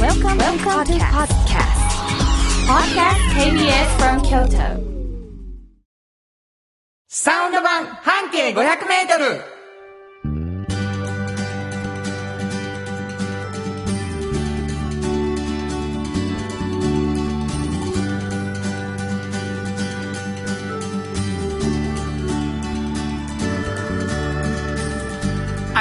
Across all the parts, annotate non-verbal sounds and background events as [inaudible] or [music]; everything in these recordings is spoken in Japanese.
Welcome, Welcome to podcast. Podcast KBS from Kyoto. サウンド版半径500メートル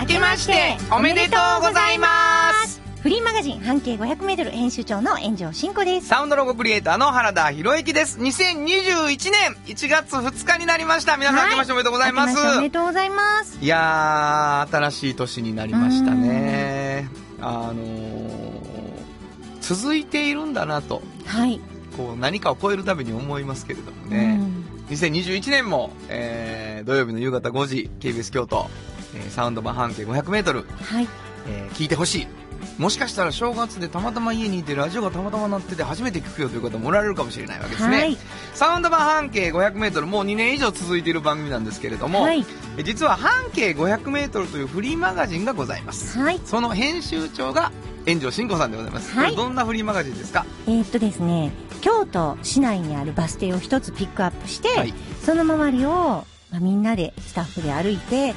明けましておめでとうございますフリーマガジン半径 500m 編集長の炎上真子です。サウンドロゴクリエイターの原田博之です2021年1月2日になりました皆さん明けましておめでとうございま明す、けしておめでとうございます。いやー、新しい年になりましたね。あのー続いているんだなと、はい。こう何かを超えるたびに思いますけれどもうね。ん2021年も、えー土曜日の夕方5時、KBS 京都、えーサウンド版半径500メートル、はい。えー聞いてほしい。もしかしたら正月でたまたま家にいてラジオがたまたま鳴ってて初めて聞くよという方もおられるかもしれないわけですね。はいサウンド版半径500メートルもう2年以上続いている番組なんですけれども、はい。え実は半径 500m というフリーマガジンがございますはい。その編集長が炎上真子さんでございます、はいこれどんなフリーマガジンですかえーっとですね、京都市内にあるバス停を一つピックアップして、はいその周りを、まあ、みんなでスタッフで歩いて、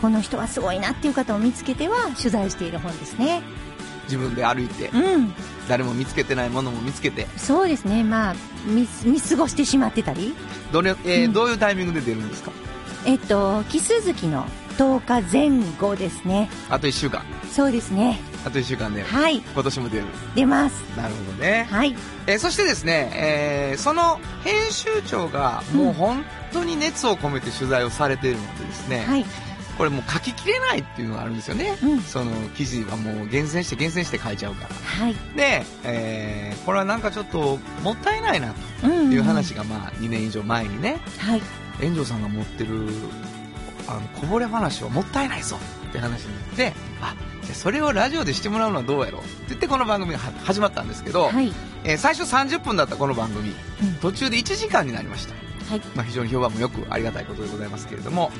この人はすごいなっていう方を見つけては取材している本ですね。自分で歩いてうん。誰も見つけてないものも見つけてそうですね。まあ、見す、見過ごしてしまってたり。どれ、えーうんどういうタイミングで出るんですかえっと、奇数月の10日前後ですね。あと1週間そうですね。あと1週間ではい。今年も出る出ます。なるほどね、はい。えーそしてですね、えーその編集長がもう本当に熱を込めて取材をされているのでですね、はい。これもう書ききれないっていうのがあるんですよねうん。その記事はもう厳選して厳選して書いちゃうからはい。で、えーこれはなんかちょっともったいないなとうんいう話がまあ2年以上前にねはい。炎上さんが持ってるあのこぼれ話はもったいないぞって話になってあじゃあそれをラジオでしてもらうのはどうやろうって言ってこの番組がは始まったんですけど、はい。えー最初30分だったこの番組、うん途中で1時間になりました、はいまあ、非常に評判もよくありがたいことでございますけれども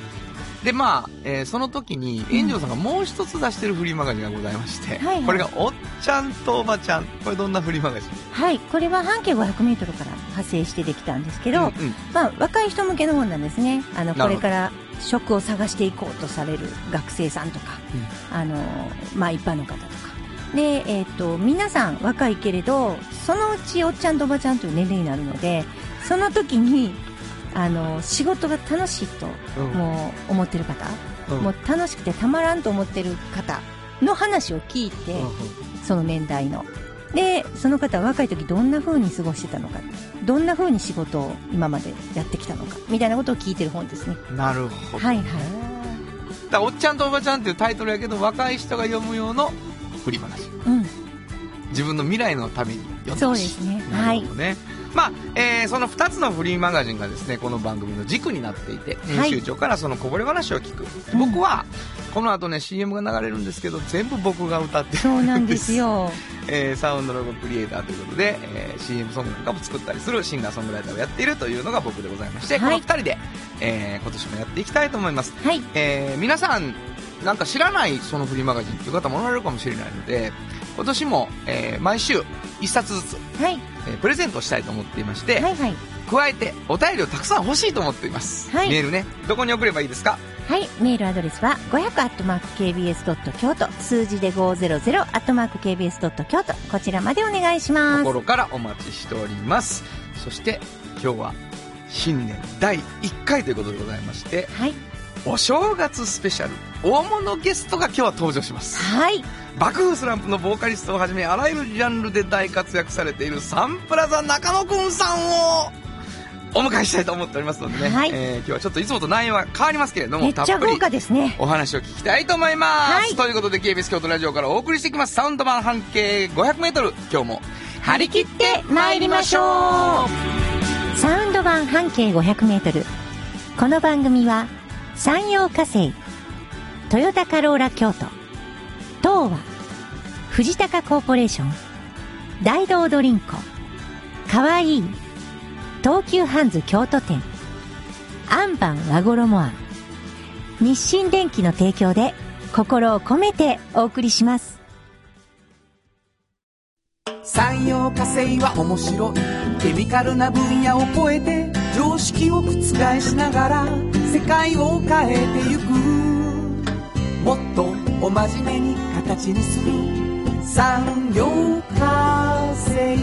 でまあ、えーその時に炎上さんがもう一つ出してるフリーマガジンがございまして、はいはいこれが「おっちゃんとおばちゃん」これどんなフリーマガジンはい。これは半径500メートルから派生してできたんですけど、うんうんまあ、若い人向けの本なんですね。あの、なこるれほかどら職を探していこうとされる学生さんとか、あの、まあ、一般の方とか。で、えっ、と、皆さん若いけれど、そのうちおっちゃんとおばちゃんという年齢になるので、その時に、あの、仕事が楽しいと、うんもう思ってる方、うんもう楽しくてたまらんと思ってる方の話を聞いて、うんうんその年代の。で、その方は若い時どんな風に過ごしてたのか、どんな風に仕事を今までやってきたのか、みたいなことを聞いてる本ですね。なるほど、はいだはかい。らおっちゃんとおばちゃん」っていうタイトルやけど若い人が読む用のフリーマガジンうん。自分の未来のために読んでそうほでしいすね。なはるいほ。どね、まあえーその2つのフリーマガジンがですねこの番組の軸になっていては編い集長からそのこぼれ話を聞く、うん僕はこの後ね CM が流れるんですけど全部僕が歌ってるそうなんです [laughs] よ。 [laughs] えーサウンドロゴクリエイターということで、えー CM ソングなんかも作ったりするシンガーソングライターをやっているというのが僕でございまして、はいこの2人で、えー今年もやっていきたいと思います、はい。えー皆さんなんか知らないそのフリーマガジンっていう方もおられるかもしれないので今年も、えー毎週1冊ずつ、はい。えープレゼントしたいと思っていまして、はいはい。加えてお便りをたくさん欲しいと思っています、はいメールねどこに送ればいいですかはい。メールアドレスは500 k b s k y o t 数字で500 k b s k y o t こちらまでお願いします。心からお待ちしておりますそして今日は新年第1回ということでございましてはい。お正月スペシャル大物ゲストが今日は登場しますはい。爆風スランプのボーカリストをはじめあらゆるジャンルで大活躍されているサンプラザ中野くんさんをお迎えしたいと思っておりますのでね、はいえー今日はちょっといつもと内容は変わりますけれどもめっちゃたっぷり豪華ですね。お話を聞きたいと思います、はいということで KBS 京都ラジオからお送りしていきますサウンド版半径 500m 今日も張り切ってまいりましょうサウンド版半径500メートル。この番組は、山陽火星、トヨタカローラ京都、東和、藤高コーポレーション、大道ドリンコ、かわいい、東急ハンズ京都店、アンパン和衣あ日清電機の提供で、心を込めてお送りします。産業化成は面白いケミカルな分野を超えて常識を覆しながら世界を変えてゆくもっとお真面目に形にする産業化成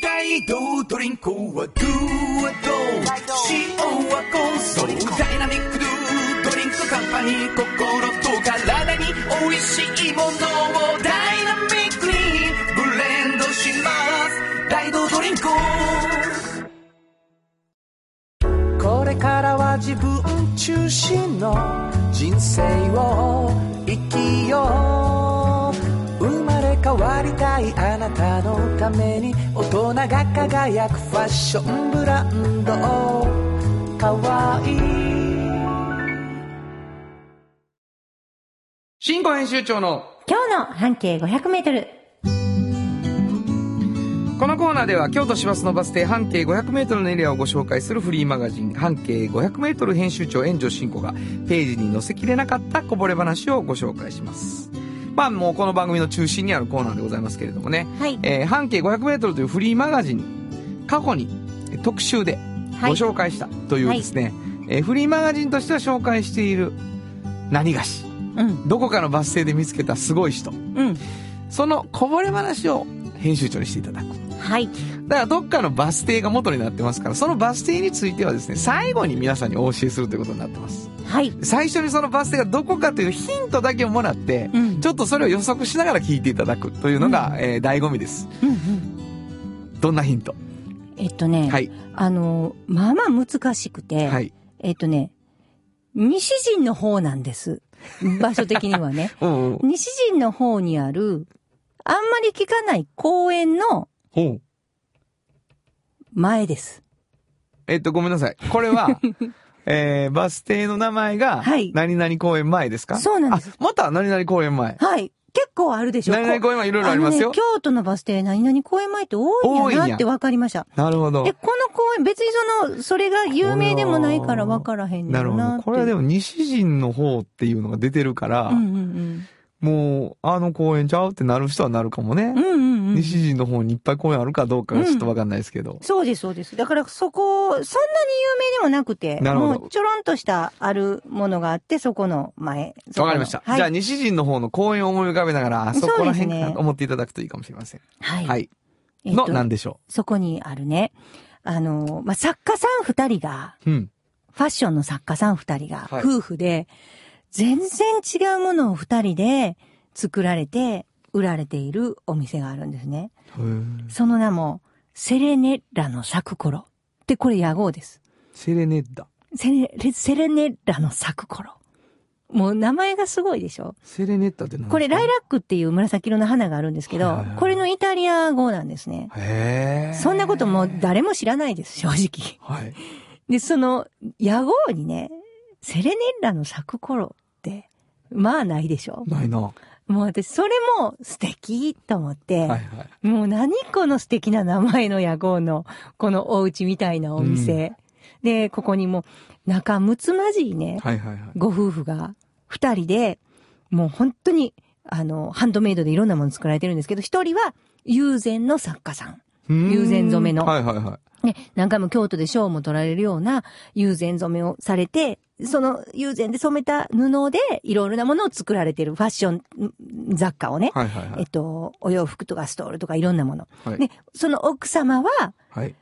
大道ドリンクはドゥはドゥ塩はコンソリダイナミックドゥドリンクカンパニー心と体に美味しいものをダイナミックにブレンドします大道ドリンクこれからは自分中心の人生を生きよう生まれ変わりたいあなたのために大人が輝くファッションブランドかわいい新語編集長の今日の半径500メートル。このコーナーでは京都市バスのバス停半径 500m のエリアをご紹介するフリーマガジン半径 500m 編集長炎上進行がページに載せきれなかったこぼれ話をご紹介します。まあもうこの番組の中心にあるコーナーでございますけれどもね、はい。えー半径 500m というフリーマガジン過去に特集でごはい。紹介したというですね、えーフリーマガジンとしては紹介している何菓子うん。どこかのバス停で見つけたすごい人うん。そのこぼれ話を編集長にしていただくはい。だからどっかのバス停が元になってますから、そのバス停についてはですね、最後に皆さんにお教えするということになってます。はい。最初にそのバス停がどこかというヒントだけをもらって、うんちょっとそれを予測しながら聞いていただくというのが、えー醍醐味です。うんうん。どんなヒントえっとね、はい。あの、まあまあ難しくて、はい。えっとね、西陣の方なんです。場所的には [laughs] ね。うんうん。西陣の方にある、あんまり聞かない公園のほう前です。えっと、ごめんなさい。こ [laughs] れは、えー、バス停の名前がはい、何々公園前ですか、そうなんですあ、また何々公園前。はい。結構あるでしょ何々こ公園前いろいろありますよのね。京都のバス停、何々公園前って多いん多いやんなやって分かりました。なるほどで、。この公園、別にその、それが有名でもないから分からへんねなんるほなど。これはでも。も西陣の方っていうのが出てるから、うんうんもう、あの公園ちゃうってなる人はなるかもねうん。う。んうんうん。西陣の方にいっぱい公園あるかどうかがちょっとわかんないですけど。そうです、そうです。だからそこ、そんなに有名でもなくて、なるほどもうちょろんとしたあるものがあって、そこの前。そこのわかりました。はい。じゃあ、西陣の方の公園を思い浮かべながら、あそこら辺そうですかねと思っていただくといいかもしれません。はい。はい。えっとの、なんでしょそこにあるね、あの、まあ、作家さん二人が、う。うん。ファッションの作家さん二人が、はい夫婦で、全然違うものを二人で作られて、売られているお店があるんですね。へーその名も、セレネッラの咲く頃。で、これ野号です。セレネッダ。セレ、セレネッラの咲く頃。もう名前がすごいでしょセレネッダって何これライイラックっていう紫色の花があるんですけはいどはいはい、これのイタリア語なんですね。へえ。そんなこともう誰も知らないです、正直。 [laughs] はい。で、その、野号にね、セレネッラの咲く頃って、まあないでしょないな。はもう私、それも素敵と思って、いはい。もう何この素敵な名前の野号の、このお家みたいなお店。で、ここにも、仲睦まじいね、はいはいはい。ご夫婦が、二人で、もう本当に、あの、ハンドメイドでいろんなもの作られてるんですけど、一人は、友禅の作家さん。うーん友禅染めのはいはいはね、何回も京都で賞も取られるような友禅染めをされて、その友禅で染めた布でいろいろなものを作られてるファッション雑貨をねい。、はいはいはえっい。と、お洋服とかストールとかいろんなもの。はいで、その奥様は、はい。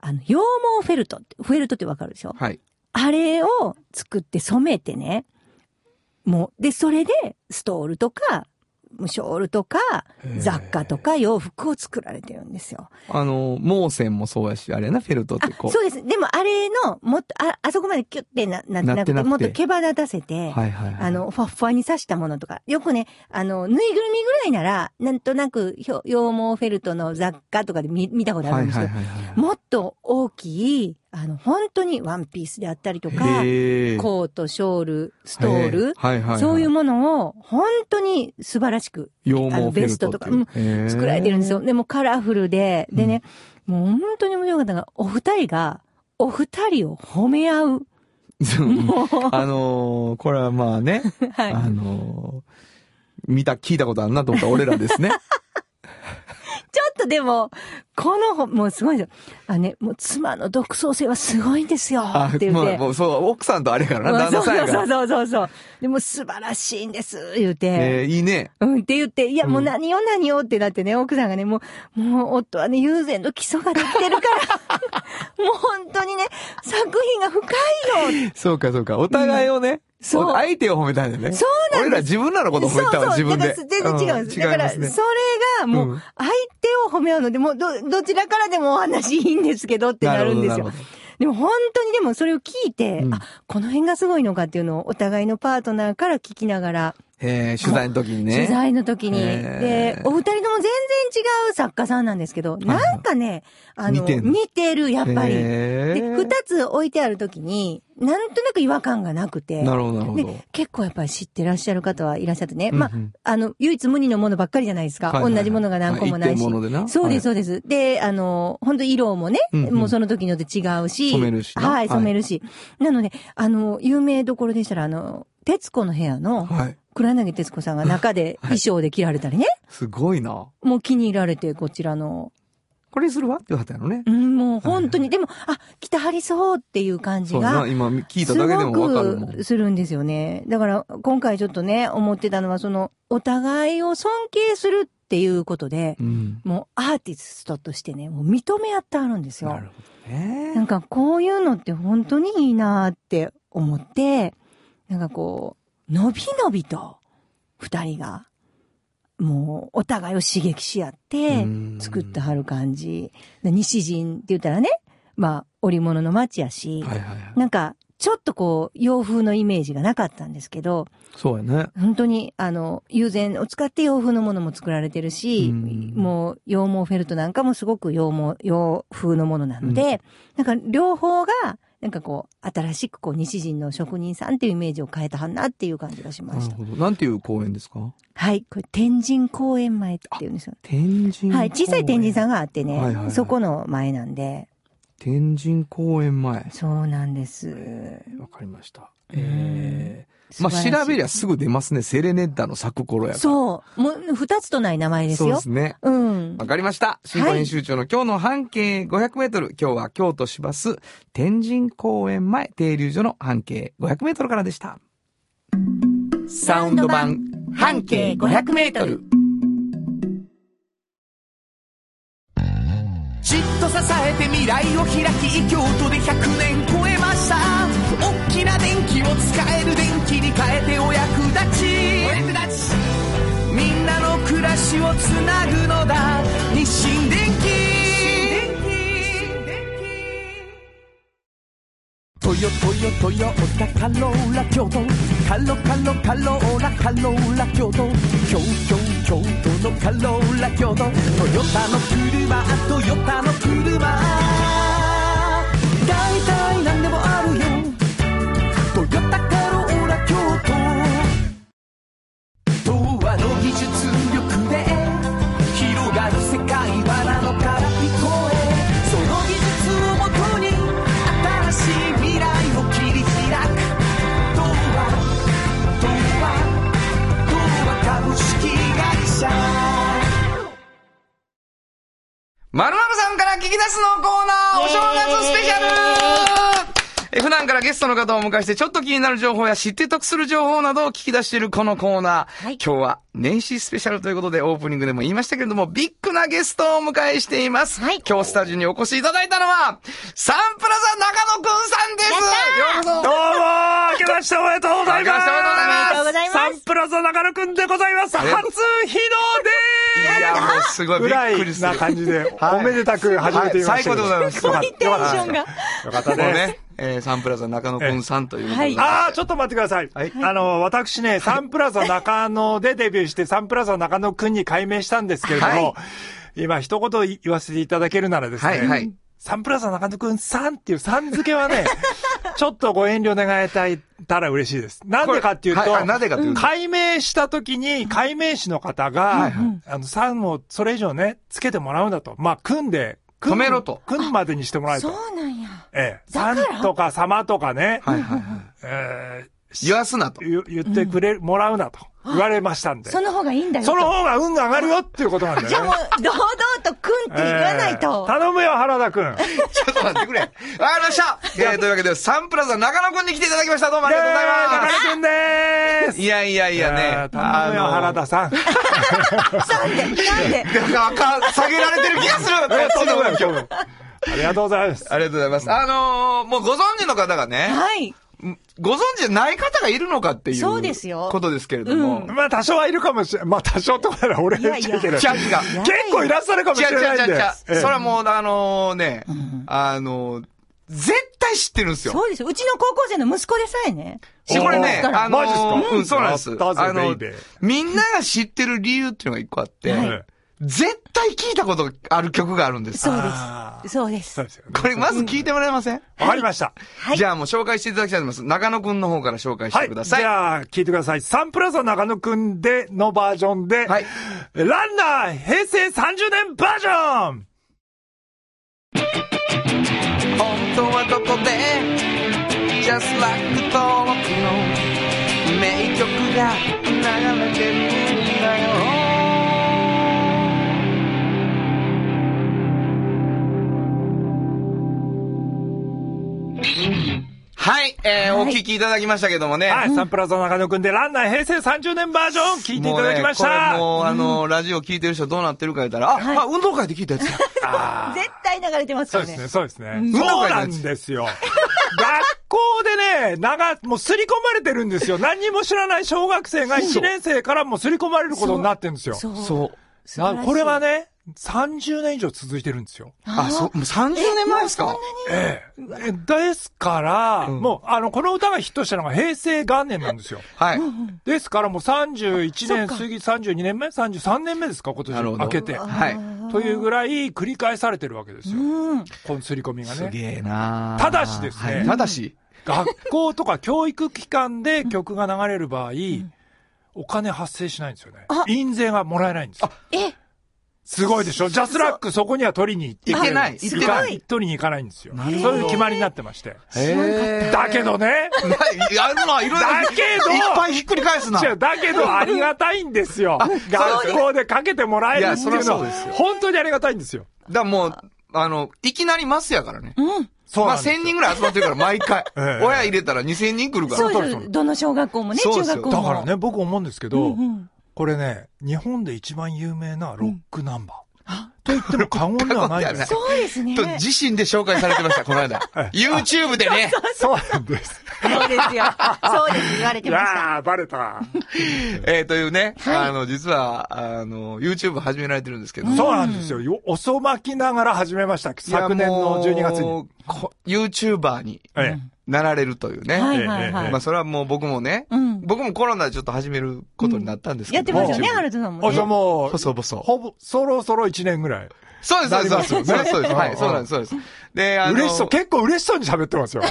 あの、羊毛フェルトって、フェルトってわかるでしょはい。あれを作って染めてね、もう、で、それでストールとか、ショールとかへ、ー雑貨とか洋服を作られてるんですよ。あの、モーセンもそうやし、あれやな、フェルトってこあう。そうです。でもあれの、もっと、あ、あそこまでキュッてな、なってななっくて、てなくてもっと毛羽立たせて、はいはいはい。あ、の、ふわっふわに刺したものとか、よくね、あの、ぬいぐるみぐらいなら、なんとなく、ひょ羊毛フェルトの雑貨とかで見見たことあはるいんですはけいど、はいはい。もっと大きい、あの、本当にワンピースであったりとか、へーコート、ショール、ストーへル、はいはいはそういうものを、本当に素晴らしく羊毛あのフェルトっていうベストとかうんへー作られてるんですよ。でもカラフルで、でね、もう本当に面白かったのが、お二人が、お二人を褒め合う。そうもう、 [laughs] あのーこれはまあね、はい。あの見た、聞いたことあるなと思った俺らで [laughs] すね。ちょっとでも、この本、もうすごいですよ。あね、もう妻の独創性はすごいんですよ。あって言っまあて。もうそう、奥さんとあれやからな、旦那さんやから。 [laughs] そうそうそうそう。でも素晴らしいんです、言うて。えーいいね。うんって言って、いや、もううん何よ何よってなってね、奥さんがね、もう、もう夫はね、友禅の基礎ができてるから、 [laughs] もう本当にね、作品が深いよそうか、そうか。お互いをね、そうお相手を褒めたんだね。そうなんです俺ら自分らのこと褒めたわ、自分で。だから全然違うんです。うだから、違そいれますねがもうんう、相手を褒め合うので、もうど、どちらからでもお話いいんですけどってなるんですなるほどよなるほ。でも本当にでもそれを聞いて、うんあ、この辺がすごいのかっていうのをお互いのパートナーから聞きながら、えー取材の時にね。取材の時に。へーで、お二人とも全然違う作家さんなんですけど、いはいなんかね、あの、似てんの似てる、やっぱり。で、へー二つ置いてある時に、なんとなく違和感がなくて。なるほど、なるほど。で、結構やっぱり知ってらっしゃる方はいらっしゃってね。まあうんうん、あの、唯一無二のものばっかりじゃないですか。はいはいはい同じものが何個もない一し点。物でな。そうです、そはうです。で、あの、本当色もね、うんうんもうその時によって違うし。染めるしなははいい、染めるし。なので、あの、有名どころでしたら、あの、徹子の部屋の、い。はい。黒柳徹子さんが中で衣装で着られたりね。すごいな。もう気に入られて、こちらの。これにするわって言われたのねう。ん、もう本当に、でも、あ、着てはりそうっていう感じそうやな、が。今聞いたすだけでごもわかるもん。くするんですよね。だから、今回ちょっとね、思ってたのは、その、お互いを尊敬するっていうことで、うん。もうアーティストとしてね、もう認め合ってあるんですよな。るほどね。なんか、こういうのって本当にいいなって思って、なんかこう、のびのびと、二人が、もう、お互いを刺激し合って、作ってはる感じ。で西陣って言ったらね、まあ、織物の町やし、はいはいはい。なんか、ちょっとこう、洋風のイメージがなかったんですけど、そうやね。本当に、あの、友禅を使って洋風のものも作られてるし、うんもう、羊毛フェルトなんかもすごく羊毛、洋風のものなので、なんか、両方が、なんかこう、新しくこう、西陣の職人さんっていうイメージを変えたはんなっていう感じがしまなした。るほど。なんていう公園ですかはい、これ、天神公園前っていうんですよ。天神公園。はい、小さい天神さんがあってね、はいはいはいそこの前なんで、天神公園前。そうなんです。わかりました。うんえー、まあ素晴らしい調べりゃすぐ出ますね。セレネッダの咲く頃やから。そう、もう、二つとない名前ですそうよ。ですね。うんわ。かりました。新語編集長の今日の半径500メートル。今日は京都市バス天神公園前停留所の半径500メートルからでした。サウンド版半径500メートル。じっと支えて未来を開き京都で100年超えました大きな電気を使える電気に変えてお役立ちお役立ちみんなの暮らしをつなぐのだ日清電気トヨトヨトヨタカローラ京都カロカロカローラカローラ京都京京京都のカローラ京都トヨタの車トヨタの車だいたいなんでもあるよトヨタカローラ京都童話の技術力で広がる世界はなのから聞こえその技術をもとに新しい未来を切り開く童話童話童話株式会社まるさんから聞き出すのコーナーお正月スペシャルえ普段からゲストの方をお迎えして、ちょっと気になる情報や知って得する情報などを聞き出しているこのコーナー。はい今日は年始スペシャルということで、オープニングでも言いましたけれども、ビッグなゲストをお迎えしています。はい今日スタジオにお越しいただいたのは、サンプラザ中野くんさんですようこそどうもー明けましておめでとうござい明ますけましておめでとうございますサンプラザ中野くんでございますり初がと日のういや、もうすごい、出びぐらっくりいする。な感じで、おめでたく始めてみましたけど。はい最高でテンションが。よかったもうです。ね、えーサンプラザ中野くんさんということで。ああ、ちょっと待ってください。はいあの、私ね、サンプラザ中野でデビューして、サンプラザ中野くんに改名したんですけれども、はい今一言言わせていただけるならですね、はいはいサンプラザ中野くんさんっていうさん付け [laughs] はね、ちょっとご遠慮願いたいたら嬉しいです。なんでかっていうと、これはいあなぜかというと改名した時に、改名士の方が、はいはあの、さんをそれ以上ね、つけてもらうんだと。まあ、組んで、くん止めろとくんまでにしてもらえそと。うなんや。ええ。ださからんとか様とかね。はいはいはい。えー言わす [laughs] なと。ゆ言ってくれ、もらうなと言われましたんで。その方がいいんだよと。その方が運が上がるよっていうことなんだよじね。ゃあもう、堂々とくんって言わないえーと。頼むよ、原田 [laughs] くん。ちょっと待ってくれ。わかりました、えー、というわけで、サンプラザ中野くんに来ていただきました。どうもありがとうございます。イエーイ中野くんでーす。いやいやいやね。えー頼むよ、あの原田さん。なんで、なんで。なんかあかん下げられてる気がする。そんなことない、今日も。ありがとうございます。ありがとうございます。あのーもうご存知の方がね、はい。ご存知じゃない方がいるのかっていう。そうですよことですけれども。まあ、多少はいるかもしれん。まあ、多少とかなら俺い言やっいちやゃいけない。キャッチが。いや結構いらっしゃるかもしちゃれちなゃちいんゃでちゃ。。そええれはもう、あのーね、あのー絶対知ってるんですよ。そうですよ。うちの高校生の息子でさえね。うこれね、おーあのマジっすかーうん、そうなんです。やあったぜベのイベー、みんなが知ってる理由っていうのが一個あって、はい絶対聞いたことがある曲があるんですそ。うあです。そうでそすうで。すよね。これまず聞いてもらえません、わかりました。はいじゃあもう紹介していただきたいと思います。中野くんの方から紹介しはてい。くだじさい。ゃあ、聞いてください。サンプラザ中野くんでのバージョンで、はいランナー平成30年バージョン本当はどこで Just like 登録の名曲が流れてるんだよはい、えーはいお聞きいただきましたけどもね。はい、サンプラザ中野くんでランナー平成30年バージョン聞いていただきましもた。うねこれもう、あの、ラジオ聞いてる人どうなってるか言ったら、あ、はいあ運動会で聞いたや [laughs] つや。あー絶対流れてますそようね。ですね、そうですね。んそうなんですよ。学校でね、長、もうすり込まれてるんですよ。何にも知らない小学生が1年生からもうすり込まれることになってるんですよ。そう。そう。素晴らしいこれがね、30年以上続いてるんですよ。あ、そう、もう30年前ですかええ。ですから、うんもう、あの、この歌がヒットしたのが平成元年なんですよ。はい。ですからもう31あ年そっか過ぎ、32年目 ?33 年目ですか今なるほ年ど明けて。はい。というぐらい繰り返されてるわけですよ。うん。この刷り込みがすね。げえなただしですねはいただし。学校とか教育機関で曲が流れる場合、お金発生しないんですよねあ。印税がもらえないんですよ。え、すごいでしょジャスラックそこには取りに行って行けない行行っっててなないい。取りに行かないんですよ。なそうるほどいう決まりになってまして。へえだけどね、なやるのはいろいろ。だけどいっぱいひっくり返すな。違う、だけどありがたいんですよ。学校でかけてもらえるっていいうやそりゃのそはうですよ、本当にありがたいんですよ。だ、もう、あの、いきなりマスやからね。そうまなあ、んですよ1000人ぐらい集まってるから、毎回。 [laughs] ええ親入れたら2000人来るから。そうそうでそうす。どの小学校もね、そう中ですよ学校だも。からね、僕思うんですけうど、んうん。これね、日本で一番有名なロックナンバー。と言っても過言ではないんですよ。そうですね。と自身で紹介されてました、この間。YouTube でね。 [laughs] そうなんです。そうですよ。そうです。言われいてました。やー、バレた。えーというね、あの、実は、あの、YouTube 始められてるんですけど。そうなんですよよ。遅まきながら始めました。いや昨年の12月。もに。うこ YouTuber にえなられるというね。はいはいはええいまあ。それはもう僕もね、うん僕もコロナでちょっと始めることになったんですけやってど、ますよね、もうハルトさんえ。もあ、じゃあね。もう、細々そうほぼ、そろそろ1年ぐらでい。す、そうです、そうです。なそうですそうでりますよねす。はうんい、そうなんです、そうです。で、あの、嬉しそう、結構嬉しそうに喋って [laughs] ますよ。ね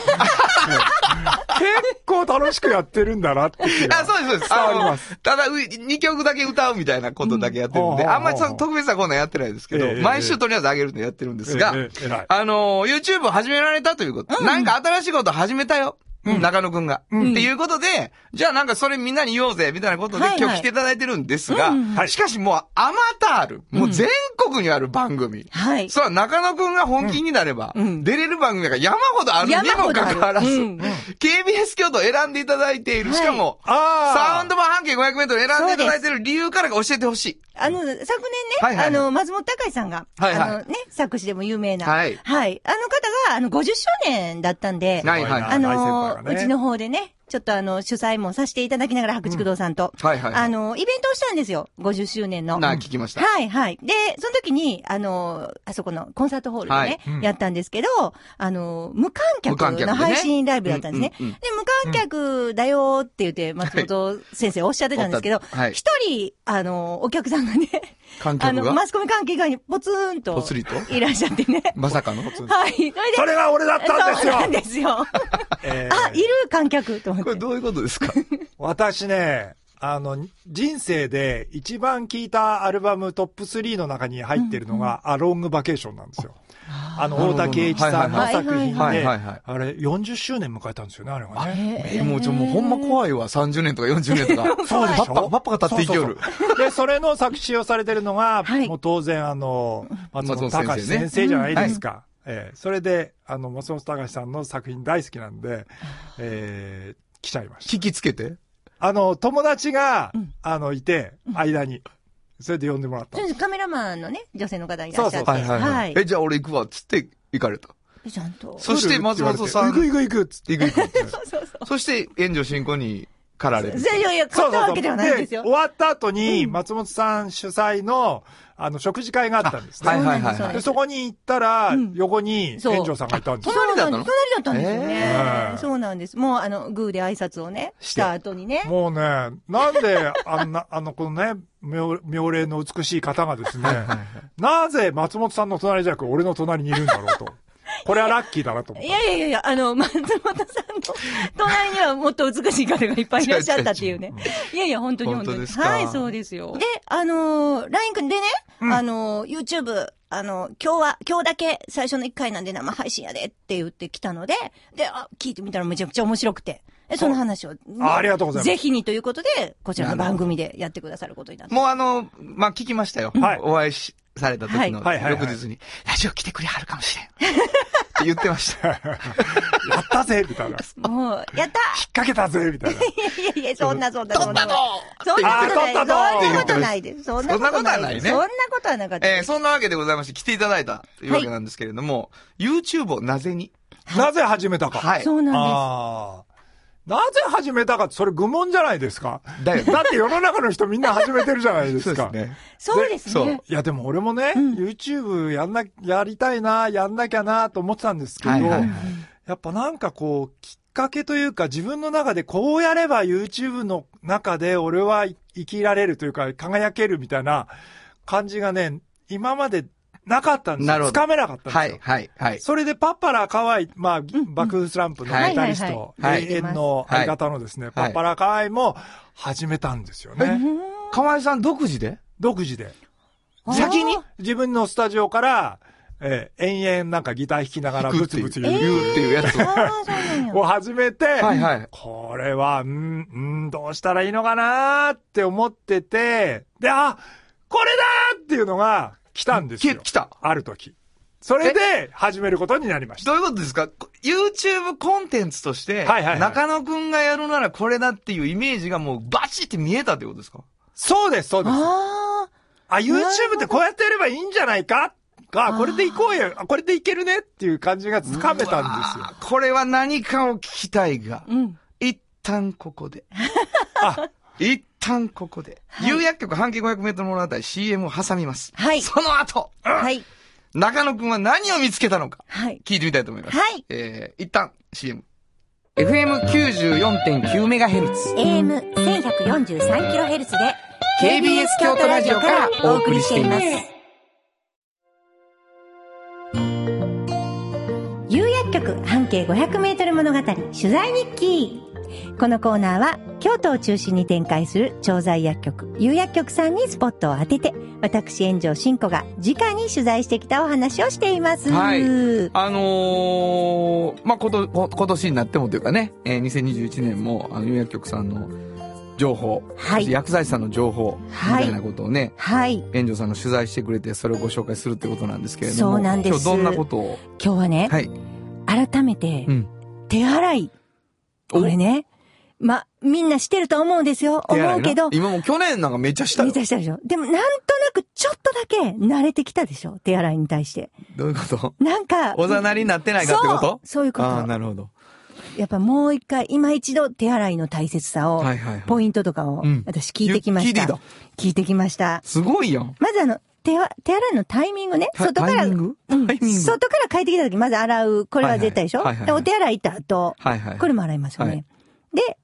結構楽しくやってるんだなっていう。あ、そうです、そうです。伝わりあまの、ただ、う2曲だけ歌うみたいなことだけやってるんで、うんあんまりほうそほうほう特別なこんなんやってないですけど、ええ毎週とりあえず上げるんでやってるんですが、ええええ偉いあの、YouTube を始められたということ、なんか新しいこと始めたよ。中野くんが、っていうことで、じゃあなんかそれみんなに言おうぜ、みたいなことではいはい今日来ていただいてるんですが、うんはいしかしもうアマタール、もう全国にある番組、はい。そう、中野くんが本気になれば、うん出れる番組が山ほどあるに山もほどあかるかわらず、うん KBS 京都を選んでいただいている、はいしかも、あーサウンド版半径500メートル選んでいただいている理由からが教えてほしい。あの、昨年ね、はいはいあの、松本隆さんが、はいはいあのね、作詞でも有名な、はいあの方が、あの、50周年だったんで、はいはいあの、うちの方方でね、ちょっとあの、主催もさせていただきながら、白竹堂さんと、はいはいはいあの、イベントをしたんですよ、50周年の。なあ、聞きました。はいはい。で、その時に、あの、あそこのコンサートホールでね、はいうんやったんですけど、あの、無観無観客客でのね配信ライブだったんですね。うんうんうんで、無観客だよって言って、松本先生おっしゃってたんですけど、おったはい一人、あの、お客さんがね、観あ客の、がマ、スコミ関係外にポツンと、ぽつりといらっしゃってね。ま [laughs] さかの。はい。それで、それが俺だったんですそうよなんですよ。えーあ、いる観客と思これって。 [laughs] どういうことですか私ね、あの、人生で一番聴いたアルバムトップ3の中に入ってるのが、アロングバケーションなんですよ。あの、なるほ大ど田圭一さんのはい作品はいはいで、はいはいはいあれ40周年迎えたんですよね、あれはね。えもうちょ、もうほんま怖いわ。30年とか40年と [laughs] か。そうでしょバッパ、バッパが立っていきよる。そうそうそうで、それの作詞をされてるのが、はいもう当然、あの、松本松本先隆生ね先生じゃないですか。ええそれで、あの、松本隆さんの作品大好きなんで、ええ来ちゃいました。聞きつけて。あの、友達が、あの、いて、間に。それで呼んでもらったんです。カメラマンのね、女性の方いらっしゃって。そうはそういはいははいい。。え、じゃあ俺行くわ。つって行かれ [laughs] た。ちゃんと。そして松本さ行くん。行く行くっつって。行く行くって。そうそうそう。そして、援助進行に駆られる。いやいや、買ったわけではないんですよ終。わった後に、松本さん主催の、あの、食事会があったんですね。はいはいはいそうなんはでで、い。すそこに行ったら、ん横に、そう園長さんがいたんですよ。隣だったの隣だったんですよね、えーそうなんです。もう、あの、グーで挨拶をね、してした後にね。もうね、なんで、あんな、 [laughs] あの、このね、妙妙齢の美しい方がですね、なぜ松本さんの隣じゃなく俺の隣にいるんだろうと。 [laughs] これはラッキーだなと思っいた。やいやいやいや、あの、 [laughs] 松本さんの隣にはもっと美しい方がいっぱいいらっしゃったっていうね。いやいや、本当に本当に。本当ですかはい、そうですよ。で、あのー、ライン君でね、あのー、YouTube、あの、今日は、今日だけ最初の1回なんで生配信やでって言ってきたので、で、あ、聞いてみたらめちゃくちゃ面白くて。え、その話をね、あありがとうございますぜひにということで、こちらの番組でやってくださることになって。もうあの、まあ、聞きましたよ。はいお会いし、された時のはいはいはいは翌い日に、ラジオ来てくれはるかもしれん。って言ってました。 [laughs] やったぜみたいな。引っもう、やった掛けたぜみたいな。 [laughs] いやいや、そんなそんなそんな。そんなあことない。そん取ったぞなことないです。そんなことないです。そそんんななことはなかったえでーす。そんなわけでございまして、来ていただいたというわけなんですけれども、YouTube をなぜになぜ始めたか。はい。そうなんああ。なぜ始めたかって、それ愚問じゃないですか。だよねだって世の中の人みんな始めてるじゃないでそすうでかす。ね。です。そうですそうね。いや、でも俺もね、YouTube やんな、やりたいな、やんなきゃな、と思ってたんですけど、はいはいはいやっぱなんかこう、きっかけというか、自分の中でこうやれば YouTube の中で俺は生きられるというか、輝けるみたいな感じがね、今までなかったんですなるよ。ほつどかめなかったんですよ。はい、はい、はい。それでパッパラーカワイ、まあ、爆風スランプのはいギタリスト、はいはい永遠の相方のですね、パッパラーカワイも始めたんですよね。河合さん独自で独自で。ー先に自分のスタジオから、えー延々なんかギター弾きながらブツブツ言言ううっていうやつを。ああ、そうなんや。を始めて、はいはいこれは、うん、うん、どうしたらいいのかなーって思ってて、で、あ、これだーっていうのが来たんですよ。き来たある時。それで始めることになりました。どういうことですか ?YouTube コンテンツとして、はいはいはい中野くんがやるならこれだっていうイメージがもうバチって見えたってことですかそうです、そうです。ああ、YouTube ってこうやってやればいいんじゃないかが、これでいこうよ。あこれでいけるねっていう感じがつかめたんですよう。わーこれは何かを聞きたいがあ、、うん。一旦ここで。あ一旦ここで。有薬局半径500メートル物語 CM を挟みます。はいその後、はい。中野くんは何を見つけたのか、はい。聞いてみたいと思います。はいえー、一旦 CM。FM94.9 メガヘルツ。 AM1143kHz で KBS 京都ラジオからお送りしています。有薬局半径500メートル物語取材日記。このコーナーは京都を中心に展開する調剤薬局、有薬局さんにスポットを当てて、私炎上真子が直に取材してきたお話をしています。はいあのー、まあ、こと、こ今年になってもというかね、えー、2021年も、あの、有薬局さんの情報、はい薬剤師さんの情報、はいみたいなことをね、はい。園長さんが取材してくれて、それをご紹介するってことなんですけれども。そうなんです今日どんなことを。今日はね、はい。改めて、うん。手洗い。これね、ま、みんなしてると思うんですよ。手洗いな思うけど、今もう去年なんかめっちゃしたよめち。ゃしたでしょ。でもなんとなくちょっとだけ慣れてきたでしょ。手洗いに対して。どういうことなんか。おざなりになってないかってことそうそういうことああ、なるほど。やっぱもう一回、今一度手洗いの大切さを、はいはいはいポイントとかをうん、私聞いてきました。ゆ聞いて聞いてきました。すごいやん。まずあの、手は、手洗いのタイミングね。タ外かタら、イミングタイミング外から帰ってきた時、まず洗う。これは絶対でしょ、はいはいはいではいお手洗い行った後、はいはい。これも洗いますよね。はいで、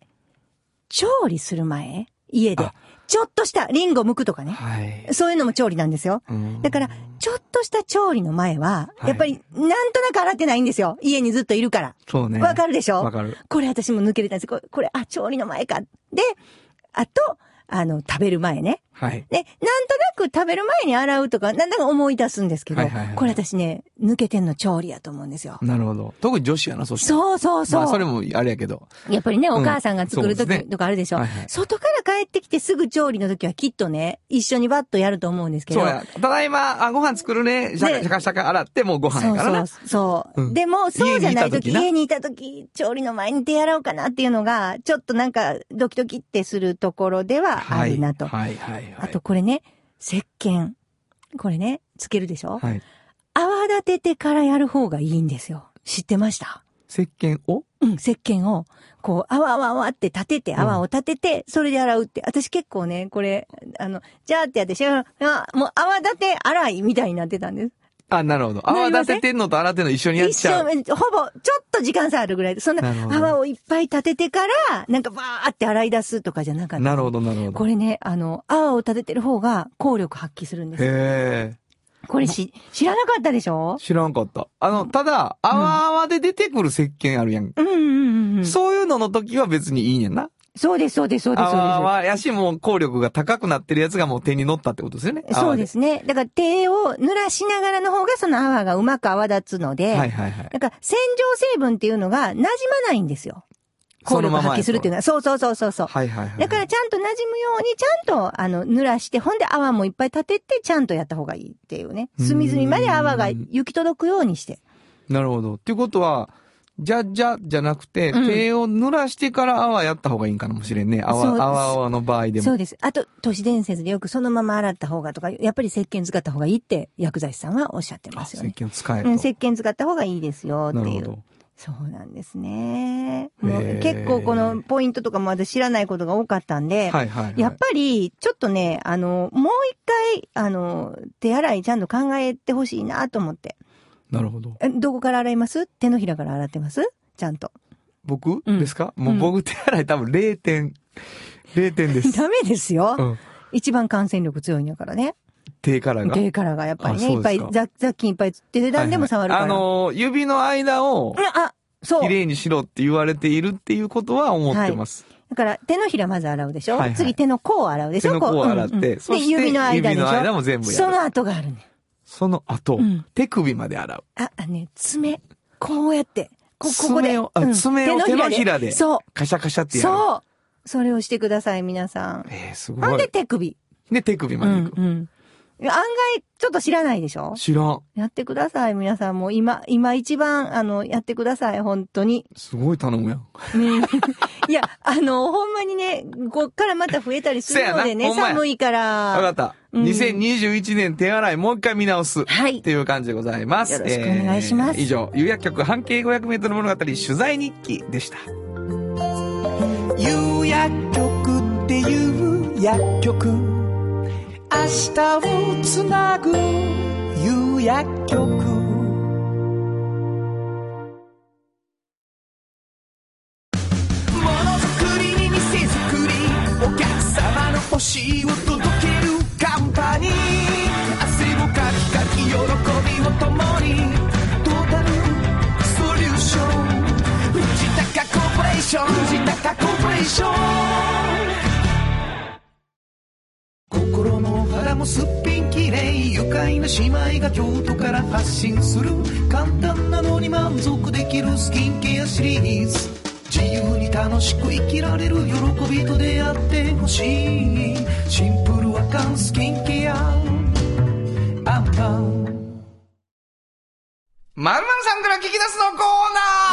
調理する前、家であ、ちょっとしたリンゴ剥くとかね。はい。そういうのも調理なんですよ。うんだから、ちょっとした調理の前は、はいやっぱり、なんとなく洗ってないんですよ。家にずっといるから。そうね。わかるでしょわかる。これ私も抜けれたんです。これ、これあ、調理の前か。で、あと、あの、食べる前ね。はい。で、なんとなく食べる前に洗うとか、なんだか思い出すんですけど、はいはいはいこれ私ね、抜けてんの調理やと思うんですよ。なるほど。特に女子やな、そしたら。そうそうそう。まあ、それもあれやけど。やっぱりね、んお母さんが作るそうで時すねとかあるでしょ。はいはい外から帰ってきてすぐ調理の時はきっとね、一緒にバッとやると思うんですけど。そうや。ただいま、あ、ご飯作るね。シャカでシャカシャカ洗って、もうご飯やからな。そうそうそう、うんでも、そうじゃない時、家にいた時な家にいた時、調理の前に手洗おうかなっていうのが、ちょっとなんか、ドキドキってするところではあい。るなと。はい、はい、はい。あと、これね、石鹸。これね、つけるでしょ、はい。泡立ててからやる方がいいんですよ。知ってました石鹸をうん、石鹸を、こう、泡わわわって立てて、ん泡を立てて、それで洗うって。私結構ね、これ、あの、じゃあってやって、しゃあもう泡立て洗いみたいになってたんです。あ、なるほど。な泡りま立せんててんのと洗ってんの一緒にやっ一ちゃ生、ほう。ぼ、ちょっと時間差あるぐらいで、そんななるほど泡をいっぱい立ててから、なんかバーって洗い出すとかじゃなかった。なるほど、なるほど。これね、あの、泡を立ててる方が効力発揮するんです。へえ。これし、知らなかったでしょ知らんかった。あの、ただ、泡泡で出てくる石鹸あるやん。うんうんうんうん。そういうのの時は別にいいねんな。そうです、そうです、そうです、そう泡です。泡やし、もう効力が高くなってるやつがもう手に乗ったってことですよね。。そうですすね。だから手を濡らしながらの方がその泡がうまく泡立つので、はいはいはい。だから洗浄成分っていうのが馴染まないんですよ。効その力ままやと発揮するっていうのは。そうそうそうそうそう。はいはいはい。だから、ちゃんと馴染むように、ちゃんと、あの、濡らして、ほんで泡もいっぱい立てて、ちゃんとやった方がいいっていうね。隅々まで泡が行き届くようにして。なるほど。っていうことは、じゃじゃじゃなくて、うん手を濡らしてから泡やった方がいいんかもしれんね。泡、そう泡泡の場合でそもう。です。あと、都市伝説でよくそのまま洗った方がとか、やっぱり石鹸使った方がいいって、薬剤師さんはおっしゃってあ、ます石よね。鹸を使えるうと。ん、石鹸使った方がいいですよなってるいほう。ど。そうなんですね。もへうー結構このポイントとかも私知らないことが多かったんで、はいはい、はい。やっぱりちょっとね、あの、もう一回、あの、手洗いちゃんと考えてほしいなと思って。なるほど。えどこから洗います手のひらから洗ってますちゃんと。僕、うんですかもううん僕手洗い多分0点、0点です。ダメですよ。うん。一番感染力強いんやからね。手からが。手からがやっぱりね、あいそっうでぱすいか雑雑菌いっぱいつって、何でも触るから。はいはいあのー指の間を、うんあ、そう綺。麗にしろって言われているっていうことは思ってます。だから手のひらまず洗うでしょ、はいはい次手の甲を洗うでしょ手の甲をこう洗ってうんうんそで、して指の間でしょ指の間も全部やるその後があるね。その後、うん手首まで洗う。あ、あね、爪。こうやって。こ、ここで。爪を、あうん爪を手のひらで、そう。カシャカシャってやる。う。そう。それをしてください、皆さん。えー、すごほんでい。手首。で、手首うまで行んく。、うん。案外、ちょっと知らないでしょ知らん。やってください、皆さん。もう今、今一番、あの、やってください、本当に。すごい頼むやん。うん [laughs] いや、あの、ほんまにね、こっからまた増えたりするのでせやなね、ほんまや寒いから。わかった。うん2021年手洗いもう一回見直す。はいっていう感じでございます。よろしくお願いしますえー以上、有薬局半径500メートル物語取材日記でした。有薬局っていう薬局明日をつなぐ有薬局ものづくりに店づくりお客様の欲しいを届けるカンパニー汗をかきかき喜びを共にトータルソリューション藤高コーポレーション藤高コーポレーション心も肌もすっぴんきれい愉快な姉妹が京都から発信する簡単なのに満足できるスキンケアシリーズ自由に楽しく生きられる喜びと出会ってほしいシンプルアカンスキンケアアンパンまるまるさんから聞き出すのコー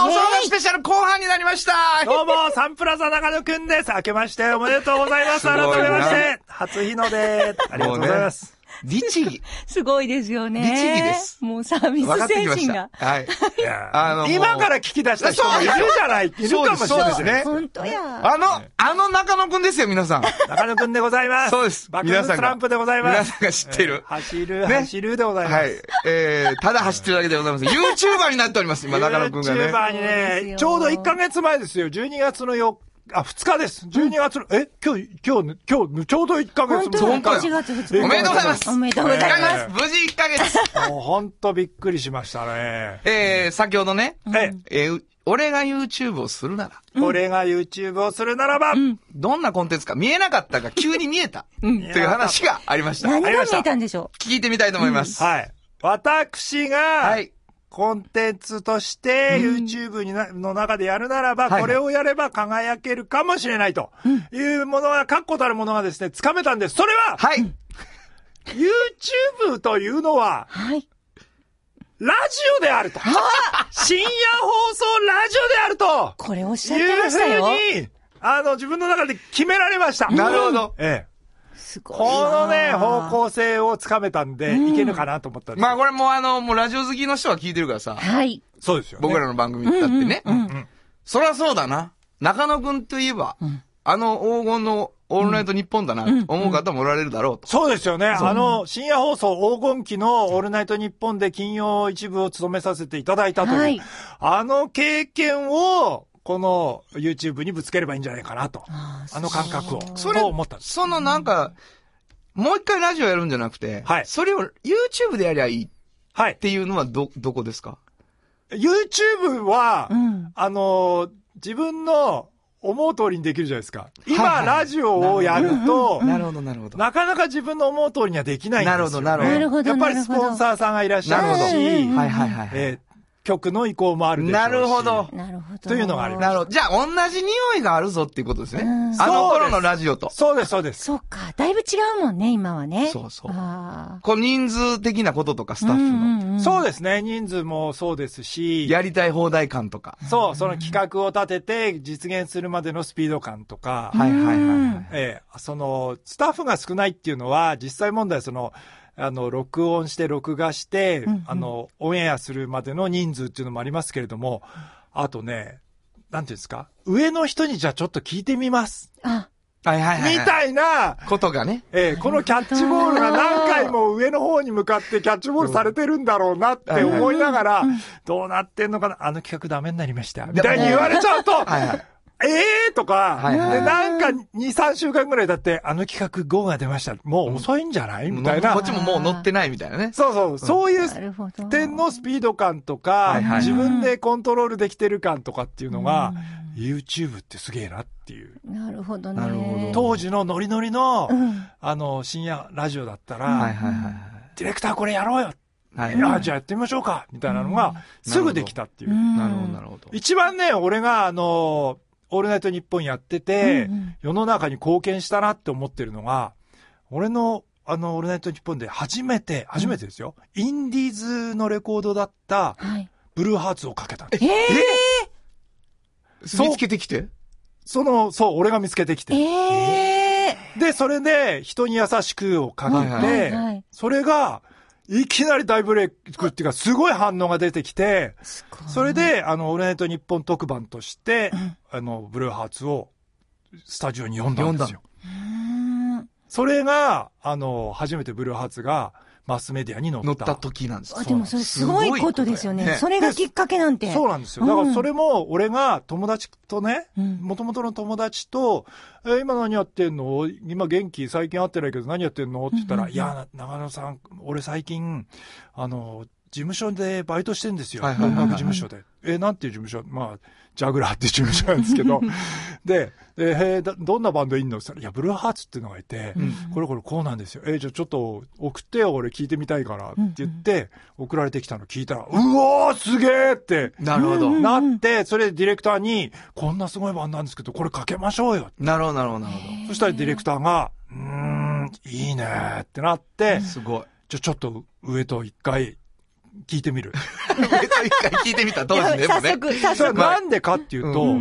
ナーお正月スペシャル後半になりましたどうも、サンプラザ中野くんです。明けましておめでとうございます。すごい改なめまして、初日ので、ありがとうございます。律儀。すごいですよね。律儀ですもうサービ分かスって精きま神しがた。。はい。いやあのもう今から聞き出した人もいるじゃない、いるかもしれそうなでいす。ね。本当や。あの、あの中野くんですよ、皆さん。中野くんでございます。そうですバック皆スさんがトランプでございます。皆さんが知ってるえー走る、ね走るでございます。はい。えー、ただ走ってるだけでございます。YouTuber になっております、今、中野くんがね。 YouTuber そにうですね、よちょうど1ヶ月前ですよ。12月の4日、あ、2日です。12月の、え、今日、今日、今日、ちょうど1ヶ本月当前本当だ。や1月2日。おめでとうございます。おめでとうございまおめでとうございます。無事1ヶ月。もう本当びっくりしましたね。えー、先ほどね、え、えー、俺が YouTube をするなら、俺が YouTube をするならば、どんなコンテンツか見えなかったが急に見えた、という話がありました。何があり見ましたえたんでしょ聞いてみたいと思います。はい。私はが、い。コンテンツとして YouTube になの中でやるならば、はいはいこれをやれば輝けるかもしれないというものは、確固たるものがですね、掴めたんです。それは、はい。 YouTube というのは、うはい。ラジオであると。深夜放送ラジオであると。これおっしゃっいてまうしたよ。ふうに、あの、自分の中で決められました。なるほど。ええ。すごいこな。のね、方向性をつかめたんで、いけるかなと思ったんです。 [laughs] まあこれもうあの、もうラジオ好きの人は聞いてるからさ、はい。そうですよ、ね。僕らの番組だってね。うんそりゃそうだな。中野くんといえば、あの黄金のオールナイト日本だな、と思う方もおられるだろうと。そうですよね。あの、深夜放送黄金期のオールナイト日本で金曜一部を務めさせていただいたという、はいあの経験を、この YouTube にぶつければいいんじゃないかなと。あの感覚を。そそれう思ったんです。そのなんか、もう一回ラジオやるんじゃなくて、はいそれを YouTube でやりゃいいっはい。ていうのはど、どこですか YouTube は、んあの、自分の思う通りにできるじゃないですか。今、はいはいラジオをやると、なるほど、なるほど。なかなか自分の思う通りにはできないんでなすよ、ね。るほどなるほどなるほどやっぱりなるスほどポンサーさんがいらっしゃるなるほどし、はいはいはい。えー曲の意向もあるでしょうし。なるほど。なるほど。というのがありますなるほど。じゃあ、同じ匂いがあるぞっていうことですね。んあのそうで頃すのラジオと。そうです、そうです。そうか。だいぶ違うもんね、今はね。そうそうあこう人数的なこととか、スタッあ。うフんの。うんうん。そうですね。人数もそうですし、やりたい放題感とか。そう、その企画を立てて実現するまでのスピード感とか、はいはいはいはええその、スタッフが少ないっていうのは、実際問題、その、あの、録音して、録画して、あの、オンエアするまでの人数っていうのもありますけれども、あとね、なんていうんですか、上の人にじゃあちょっと聞いてみます。あ、い。はいはいみはい。たいな、ことがね。ええこのキャッチボールが何回も上の方に向かってキャッチボールされてるんだろうなって思いながら、どうなってんのかな、あの企画ダメになりました。みたいに言われちゃうと、はいはい。ええーとか、はいはいで、なんか2、3週間ぐらい経って、あの企画5が出ました。もう遅いんじゃないみたいなこっ。ちももう乗ってないみたいなね。そうそう、そういなうるほど。点のスピード感とか、はいはい自分でコントロールできてる感とかっていうのが、YouTube ってすげえなっていう。なるほどね。なるほど当時のノリノリの、うん。あの、深夜ラジオだったら、はいはいはいディレクターこれやろうよ。はい。いはや、い。じゃあやってみましょうか。みたいなのが、すぐできたっていう。なるほど、なるほど。一番ね、俺が、あの、オールナイトニッポンやってて、世の中に貢献したなって思ってるのが、俺の、あの、オールナイトニッポンで初めて、初めてですよ、インディーズのレコードだった、はい。ブルーハーツをかけたの。ええ見つけてきて。その、そう、俺が見つけてきて。ええで、それで、人に優しくをかはいけはいてはい、それが、いきなり大ブレイクっていうか、すごい反応が出てきて、すごい。それで、あの、オールナイト日本特番として、あの、ブルーハーツをスタジオに呼んだんですよ。うん。それが、あの、初めてブルーハーツがマスメディアに載った。乗った時なんです。あ、でもそれすごいことですよね。ねそれがきっかけなんて。そうなんですよ。だからそれも、俺が友達とね、うん元々の友達と、えー今何やってんの今元気最近会ってないけど何やってんのって言ったら、いや、長野さん、俺最近、あの、事務所でバイトしてんですよ。はいはいはい音はい楽事務所で。えーなんていう事務所まあ、ジャグラーっていう事務所なんですけど。 [laughs] で、でえーだどんなバンドいんのって言ったらいや、ブルーハーツっていうのがいて、これこれこうなんですよ。えーじゃあちょっと送ってよ、俺聞いてみたいからって言って、送られてきたの聞いたら、うおーすげーって。なるほど。なって、それでディレクターに、こんなすごい版なんですけど、これかけましょうよ。なるほど、なるほど、なるほそしたらディレクターが、うーん、いいねーってなってど。、すごい。 [laughs] じゃ、ちょっと上と一回聞いてみる。一回聞いてみた、当いや時ね。早速、早それは速。なんでかっていううと、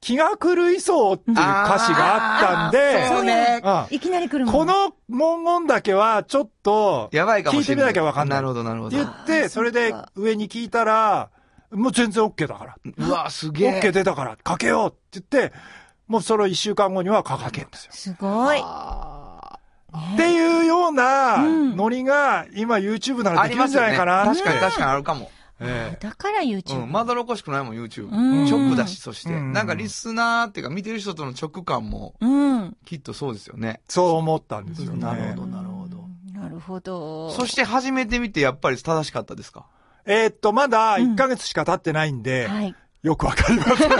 気が狂いそうっていう歌詞があったんそうで、ね。うんいきなり来るもん。この文言だけはちょっと、やばいかも聞いしれてなみい。なきゃわかんない。なるほど、なるほっどて。言って、それで上に聞いたら、もう全然 OK だから。うわ、すげえ。 OK 出たから、かけようって言って、もうその一週間後にはかかけんですよ。すごい。っていうようなノリが、今 YouTube ならありできるまんすじゃよなね。いかなっ確て。かに、確かにあるかも。ええだからう YouTube。ん、まだろこしくないもん、YouTube。うん直だし、そして。うんなんかリスナーっていうか、見てる人との直感も、うん。きっとそうですよね。そう思ったんですよね。なるほど、なるほど。なるほど。そして始めてみて、やっぱり正しかったですかえーっと、まだ1ヶ月しか経ってないんで、はい。よくわかりま [laughs] せん。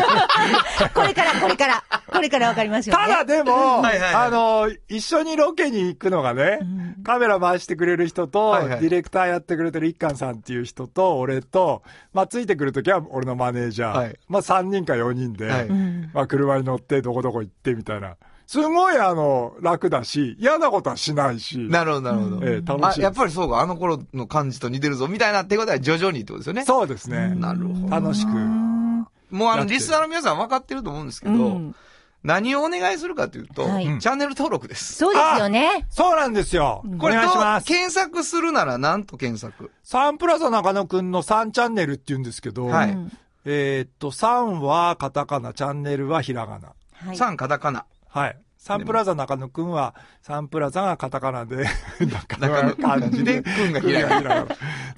これから、これから、これからわかりますよね。ただでも、はいはいはいあの、一緒にロケに行くのがね、カメラ回してくれる人と、はいはいディレクターやってくれてる一貫さんっていう人と、俺と、まあ、ついてくるときは俺のマネージャー、はいまあ、3人か4人で、はいうまあ、車に乗ってどこどこ行ってみたいな。すごい、あの、楽だし、嫌なことはしないし、なるほど、なるほど。ええ楽あしいですやっぱりそうか、あの頃の感じと似てるぞ、みたいなってことは徐々にってことですよね。そうですね。なるほど。楽しく。もうあだの、ってリスナーの皆さん分かってると思うんですけうど、ん。何をお願いするかというと、はいチャンネル登録です。そうですよね。そうなんですよ。おこれと願いします。検索するなら何と検索サンプラザ中野くんの3チャンネルって言うんですけど、はいうんえーっと、3はカタカナ、チャンネルはひらがな。はい。 ?3 カタカナ。はい。サンプラザ中野くんは、サンプラザがカタカナ [laughs] で、中中野野が漢字 [laughs] で、くんがひらがなくんがな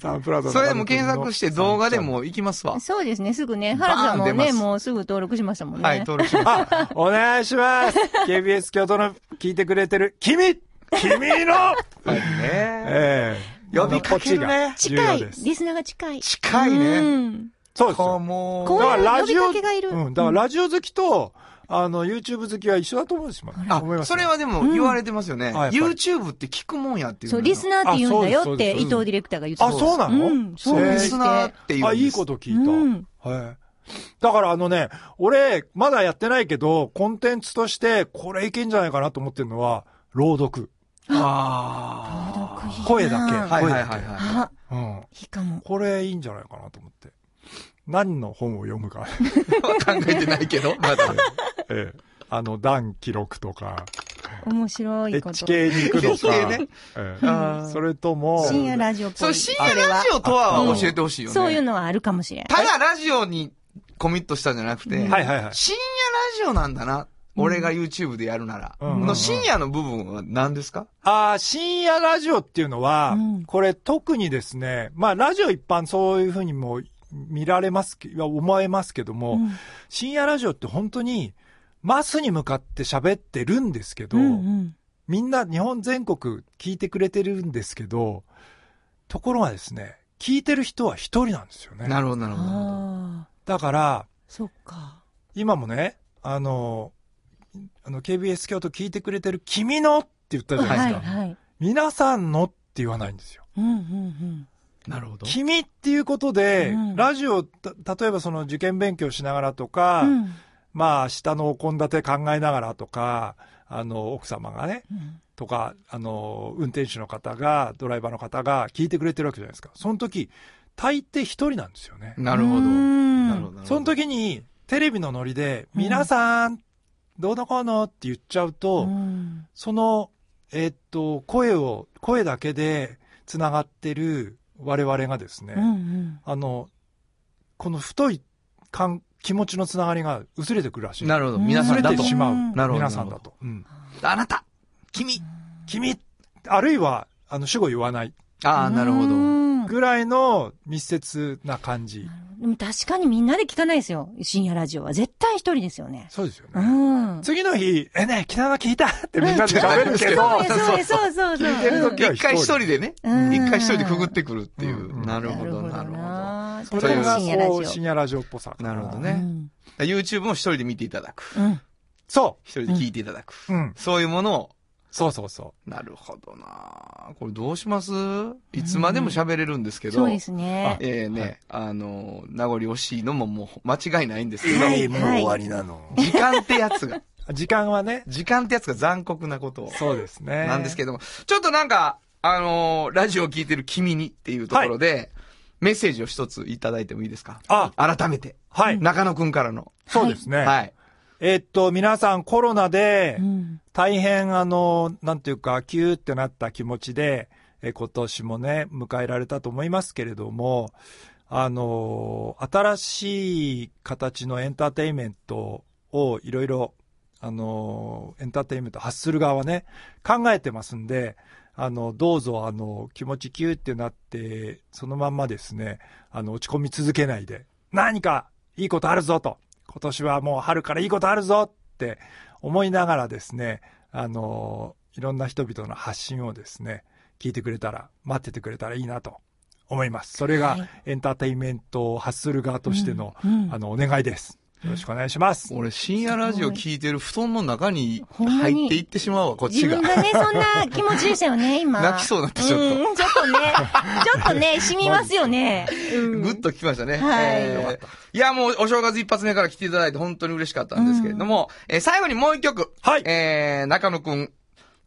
サンプラザ中野くんのそれでも検索して動画で。も行きますわ。そうですね、すぐね。原田さんバもーン出まね、すもうすぐ登録しましたもんね。はい、登録します。あ、お願いします !KBS 京都の聞いてくれてる、君君 [laughs] のはいね。ええ呼びかけるね重要です。リスナーが近い。近いね。うん。そうですこうよ。もうこういうラ呼ジびオかけがいる。うん、だからラジオ好きと、あの、YouTube 好きは一緒だと思うんですよ。思いまあ、すそれはでも言われてますよね。んあやっぱり YouTube って聞くもんやっていうそのう、がリスナーって言うんだあそようっでてす伊藤ディレクターが言ってあ、そうなの、うんそうへえリスナーっていう。あ、いいこと聞いた。うんはい。だからあのね、俺、まだやってないけど、コンテンツとして、これいけんじゃないかなと思ってるのは、朗読。あ声だけ。あ。はいはい声はいだけはい。あ、うん。いいかも。これいいんじゃないかなと思って。何の本を読むか。 [laughs] 考えてないけど、ま [laughs] だ。ええ。あの、段記録とか、面白いこと。 HK に行くと HK か、ねえあーえそれとも、深夜ラジオっぽい。そう、深夜ラジオとは教えてほしいよね。そういうのはあるかもしれん。ただラジオにコミットしたんじゃなくて、はいはいはい。深夜ラジオなんだな。俺が YouTube でやるなら。うんうんうのん深夜の部分は何ですかああ、深夜ラジオっていうのは、うんこれ特にですね、まあラジオ一般そういうふうにも見られますけ、は思えますけども、うん深夜ラジオって本当にマスに向かって喋ってるんですけど、うんうん。みんな日本全国聞いてくれてるんですけど、ところがですね、聞いてる人は一人なんですよね。なるほど、なるほど。ああ、だから、そっか。今もね、あの、あの KBS 京都聞いてくれてる君のって言ったじゃないですはいか。はい。皆さんのって言わないんですよ。うんうんなるほど。君っていうことで、うんラジオ、た例えばその受験勉強しながらとか、うん。うんまあ明日の献立考えながらとか、あの、奥様がね、うん。とか、あの、運転手の方が、ドライバーの方が聞いてくれてるわけじゃないですか。その時、大抵一人なんですよね。なるほど。うんなるほど。その時に、テレビのノリで、皆さん、どうのこうのって言っちゃうと、うんその、えっと、声を、声だけで繋がってる我々がですね、うんうん。あの、この太い感、気持ちのつながりが薄れてくるらしい。なるるほど。うん皆さん薄だれとて。しまう。なるほど。皆さんだと。うんあなた君君、あるいは、あの、主語言わないああ、なるうほど。んぐらいの密接な感じ。でも確かにみんなで聞かないですよ。深夜ラジオは。絶対一人ですよね。そうですようね。ん。次の日、え、ね、北川聞いたってみんなで喋るけど、うんそうですそうですそうそう。聞いてる時は一回一人でね。うん一回一人でくぐってくるっていうう。んななるほど、なるほど。なそだかれらが深夜ラジこオう、。深夜ラジオっぽさ。なるほどうね。ん。 YouTube も一人で見ていただく。うん。そ一人で聞いていただく。う。うん。そういうものをそうそうそなるほどなこれどうしますいつまでも喋れるんですけど。そうですね。ええね、あの、名残惜しいのももう間違いないんですけう。ど、はいもう終わりなの。時間ってやつが、時間はね、時間ってやつが残酷なことをそうですね。なんですけども、ちょっとなんか、あのーラジオを聞いてる君にっていうところで、メッセージを一ついただいてもいいですかあ改めて。はい中野くんからの。そうですね。はい。えっと、皆さんコロナでう、ん。大変あの、なんていうか、キューってなった気持ちで、え今年もね、迎えられたと思いますけれども、あの、新しい形のエンターテインメントをいろいろ、あの、エンターテインメント発する側はね、考えてますんで、あの、どうぞ、あの、気持ちキューってなって、そのまんまですね、あの、落ち込み続けないで、何かいいことあるぞと、今年はもう春からいいことあるぞって思いながらですね、あの、いろんな人々の発信をですね、聞いてくれたら、待っててくれたらいいなと思います。それがはいエンターテインメントを発する側としての、うんうんあの、お願いです。よろしくお願いします。俺、深夜ラジオ聞いてる布団の中にほんまに入っていってしまうわ、こっ自ちが分。がね、そんな気持ちでしたよね、今。泣きそうになってちょっとうん、ちょっとね、ちょっとね、染みますよね。うんぐっときましたね。はいえーよかっいや、もうお正月一発目から来ていただいて本当に嬉しかったんですけれども、えー最後にもう一曲。はいえー、中野くん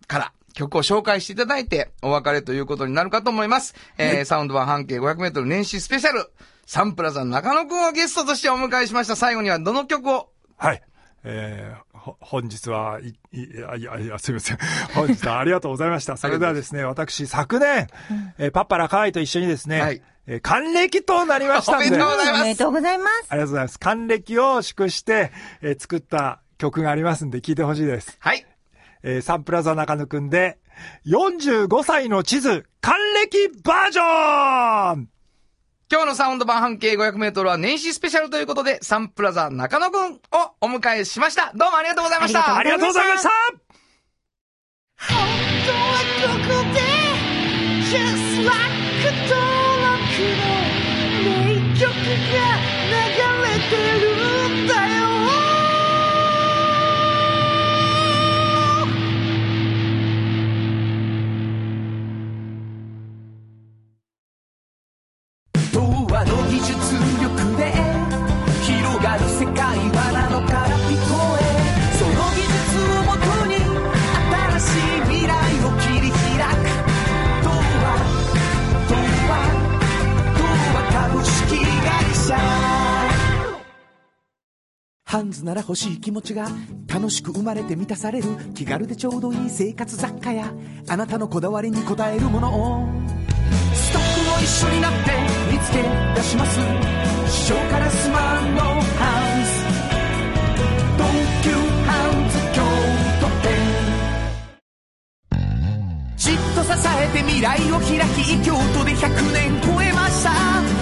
から曲を紹介していただいてお別れということになるかと思います。えーサウンド版半径500メートル年始スペシャル。サンプラザの中野くんをゲストとしてお迎えしました。最後にはどの曲をはい。えーほ本日は、い、いいや、いや、いや、すいません。 [laughs] 本日はありがとうございました。それではですね、私、昨年、えーパッパラカーイと一緒にですね、はいえー還暦となりましたんで、おめでとうございますおめでとうございます。ありがとうございます。還暦を祝して、えー作った曲がありますんで、聴いてほしいです。はい。えーサンプラザ中野くんで、45歳の地図、還暦バージョン今日のサウンド版半径500メートルは年始スペシャルということで、サンプラザ中野くんをお迎えしました。どうもありがとうございました。ありがとうございました本当はここで Just like 登録の名曲が流れてるんだよ童話の技術力で広がる世界はなのから聞こえその技術をもとに新しい未来を切り開く童話童話童話株式会社ハンズなら欲しい気持ちが楽しく生まれて満たされる気軽でちょうどいい生活雑貨やあなたのこだわりに応えるものをストックを一緒になって見つけ出します小からスマートハウス東急ハウス京都店じっと支えて未来を開き京都で100年超えました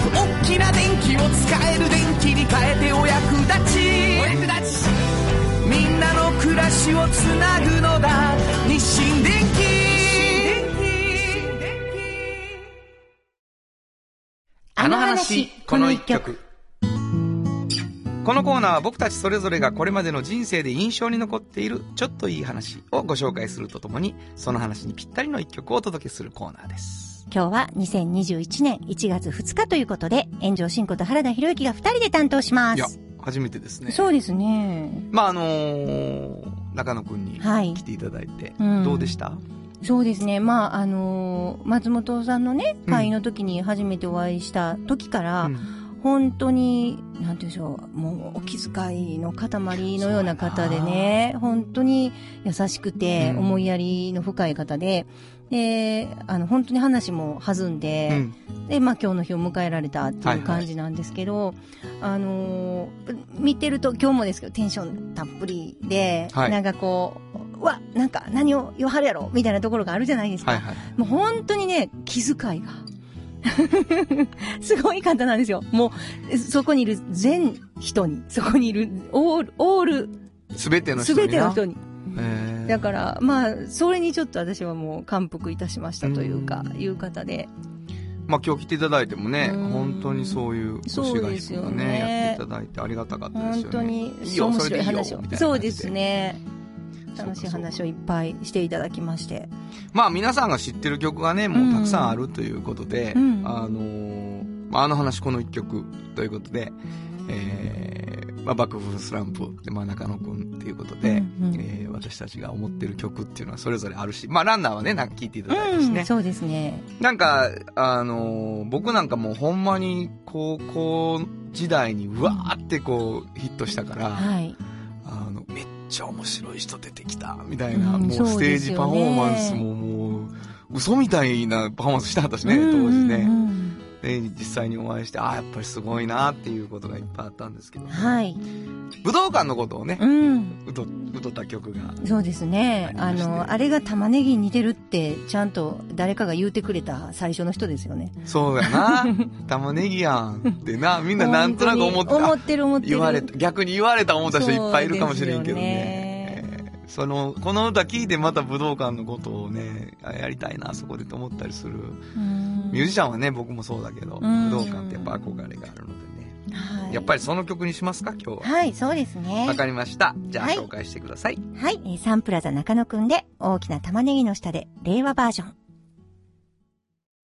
大きな電気を使える電気に変えてお役立ちお役立ちみんなの暮らしをつなぐのだ日清電気あの話、この一曲。このコーナーは僕たちそれぞれがこれまでの人生で印象に残っているちょっといい話をご紹介するとともに、その話にぴったりの一曲をお届けするコーナーです。今日は2021年1月2日ということで、炎上進行と原田博之が2人で担当しまいやす。、初めてですね。そうですね。まあ、あのー中野くんにはい来ていただいて、うんどうでしたそうですね。まあ、あのー松本さんのね、会の時に初めてお会いした時から、うん本当に、なんて言うんでしょう、もうお気遣いの塊のような方でね、本当に優しくて、うん思いやりの深い方で、で、あの、本当に話も弾んで、うんで、まあ今日の日を迎えられたってはいいうはい感じなんですけど、あのー見てると今日もですけど、テンションたっぷりで、はいなんかこう、うわ、なんか何を言わはるやろみたいなところがあるじゃないですか。はいはい。もう本当にね、気遣いが。 [laughs] すごい方なんですよ。もう、そこにいる全人に、そこにいるオール、オール、すべての人すにな。べての人に。えーだから、まあ、それにちょっと私はもう感服いたしましたというか、いう方で。まあ今日来ていただいてもね、うん本当にそういうそうですとよかねね、やっていただいてありがたかったです本よね。当にいい、よ面白い話それでいいをよみたいな感じでそうですね。そうか楽しい話そうかをいっぱいしていただきまして。まあ皆さんが知ってる曲がね、もうたくさんあるということで、うんうんあのーまああの話この一曲ということで、えー、まあ幕府スランプで、まあ中野くんっていうことで、うんうんえー私たちが思ってる曲っていうのはそれぞれあるし、まあランナーはね、なんか聴いていただいたしうねん、。そうですね。なんか、あのー僕なんかもうほんまに高校時代にうわーってこうヒットしたから、はい。あの、めっちゃ面白い人出てきた、みたいな、うんもうスそうテーですジよねパフォーマンスももう、嘘みたいなパフォーマンスしてはったしね、うん当時うね。んうんで、実際にお会いして、ああ、やっぱりすごいなっていうことがいっぱいあったんですけど、はい。武道館のことをねう、ん。うと、うとった曲が。そうですあねり。まあしての、あれが玉ねぎに似てるって、ちゃんと誰かが言うてくれた最初の人ですよね。そう [laughs] やな、玉ねぎやんってな、みんななんとなく思っ本て当に思たっ。てる思ってる。言われた、逆に言われた思った人いっぱいいるかもしれんけどね。えーその、この歌聞いてまた武道館のことをね、あやりたいな、そこでと思ったりする。ミュージシャンはね、僕もそうだけど、うん武道館ってやっぱ憧れがあるのでね。はいやっぱりその曲にしますか、今日は。はい、そうですねわ。かりました。じゃあはい紹介してください。はい、えーサンプラザ中野くんで、大きな玉ねぎの下で、令和バージョン。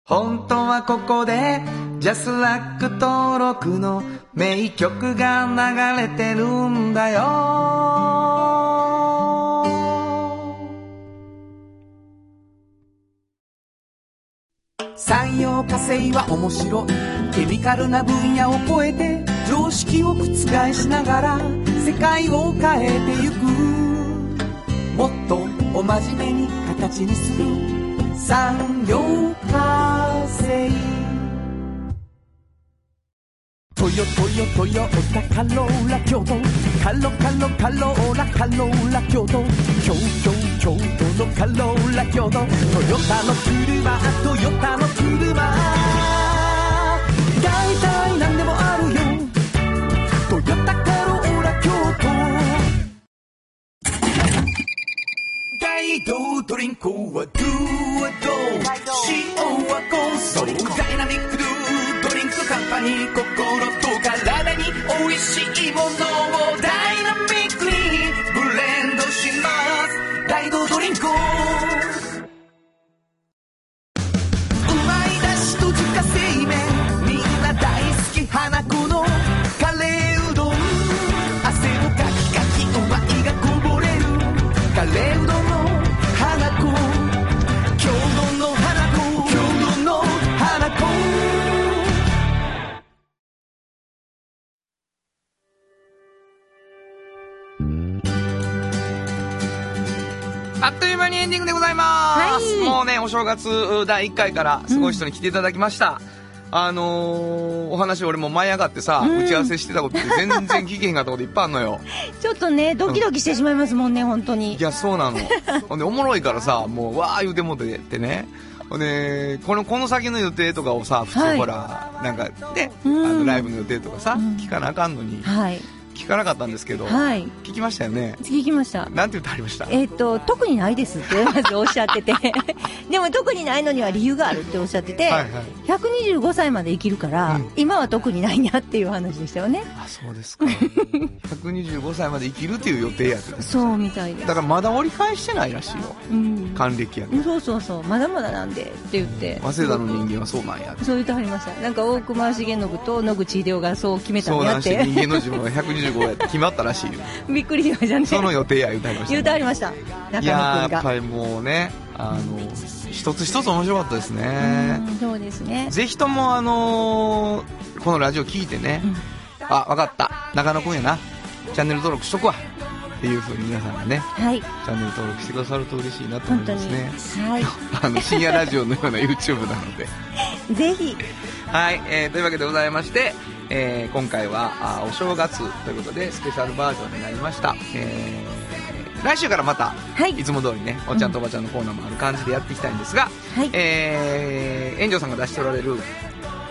本当はここでジャスラック登録の名曲が流れてるんだよ産業化成は面白いケミカルな分野を超えて常識を覆しながら世界を変えてゆくもっとお真面目に形にする産業化成トヨトヨトヨタカローラ京都カロカロカローラカローラ京都京都京都のカローラ京都トヨタの車トヨタの車大体何でもあるよトヨタカローラ京都大道ドリンクはドゥはド塩はコンソーダイナミックドゥドリンクカンパニー心と体に美味しいものをダイナミックにブレンドします大道ドリンクうまいだしと自家製麺みんな大好き花子のカレーうどん汗をかきかきうまいがこぼれるカレーうどんの花子郷土の花子郷土の花子あっという間にエンディングでございます、もうねお正月う第1回からすごい人に来ていただきました、あのーお話俺も舞い上がってさ、打ち合わせしてたことって全然聞けへんかったこといっぱいあんのよちょっとね、ドキドキしてしまいますもんね、本当にい。やそ [laughs] うなのほんでおもろいからさもうわー言うてもうてってねほんでこのこの先の予定とかをさ普は通いほら、なんかね、あうのんライブの予定とかさ、聞かなあかんのにはい。聞かなかったんですけど、はい。聞きましたよね次行きました。なんて言ってありましたえっ、と、特にないですって、まずおっしゃって [laughs] て。でも特にないのには理由があるっておっしゃってて、はいはい125歳まで生きるから、うん今は特にないなっていう話でしたよね。あそうですか125歳まで生きるっていう予定やってたそうみたいでだからまだ折り返してないらしいようん。還暦やけどそうそうそう、まだまだなんでって言って。早稲田の人間はそうなんやそう言ってはりました。なんか大熊重信と野口秀夫が [laughs] そう決めたん相や談っして人間て。の自分は125やって決まったらしいよ [laughs] びっくりしましたね。その予定や言うてありまし言うてたはりました。中野くんが。いやーやっぱりもうねあの一つ一つ面白かったですねうんそうですね。ぜひともあのーこのラジオ聞いてね、あ分かった中野くんやなチャンネル登録しとくわっていうふうに皆さんがねはい、チャンネル登録してくださると嬉しいなと思本当いまに。すねはあの深夜ラジオのような YouTube なのでい。ぜひ。はい、えーというわけでございまして、えー今回はあーお正月ということでスペシャルバージョンになりました、えー来週からまた、いいつも通りねおっちゃんとおばちゃんのコーナーもある感じでやっていきたいんですが、はいえー、園長さんが出しておられる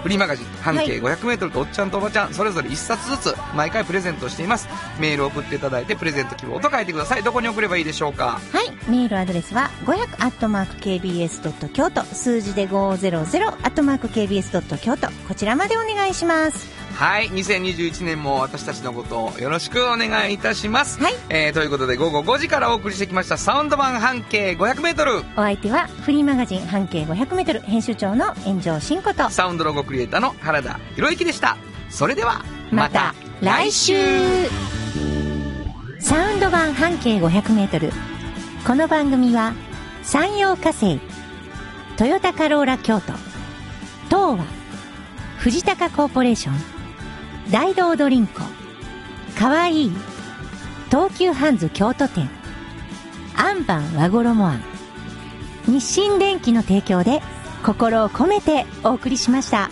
フリーマガジン半径 500m とおっちゃんとおばちゃんそれぞれ1冊ずつ毎回プレゼントしていますメールを送っていただいてプレゼント希望と書いてくださいどこに送ればいいでしょうかはい。メールアドレスは500アットマーク KBS ドット京都数字で500アットマーク KBS ドット京都こちらまでお願いします。はい2021年も私たちのことをよろしくお願いいたします、はいえーということで午後5時からお送りしてきましたサウンド版半径 500m お相手はフリーマガジン半径500メートル編集長の炎上真子と。サウンドロゴクリエイターの原田博之でしたそれではまた来週サウンド版半径 500m この番組は山陽火星トヨタカローラ京都東和藤高コーポレーション大道ドリンクかわいい東急ハンズ京都店アンバン和衣あん日清電機の提供で心を込めてお送りしました。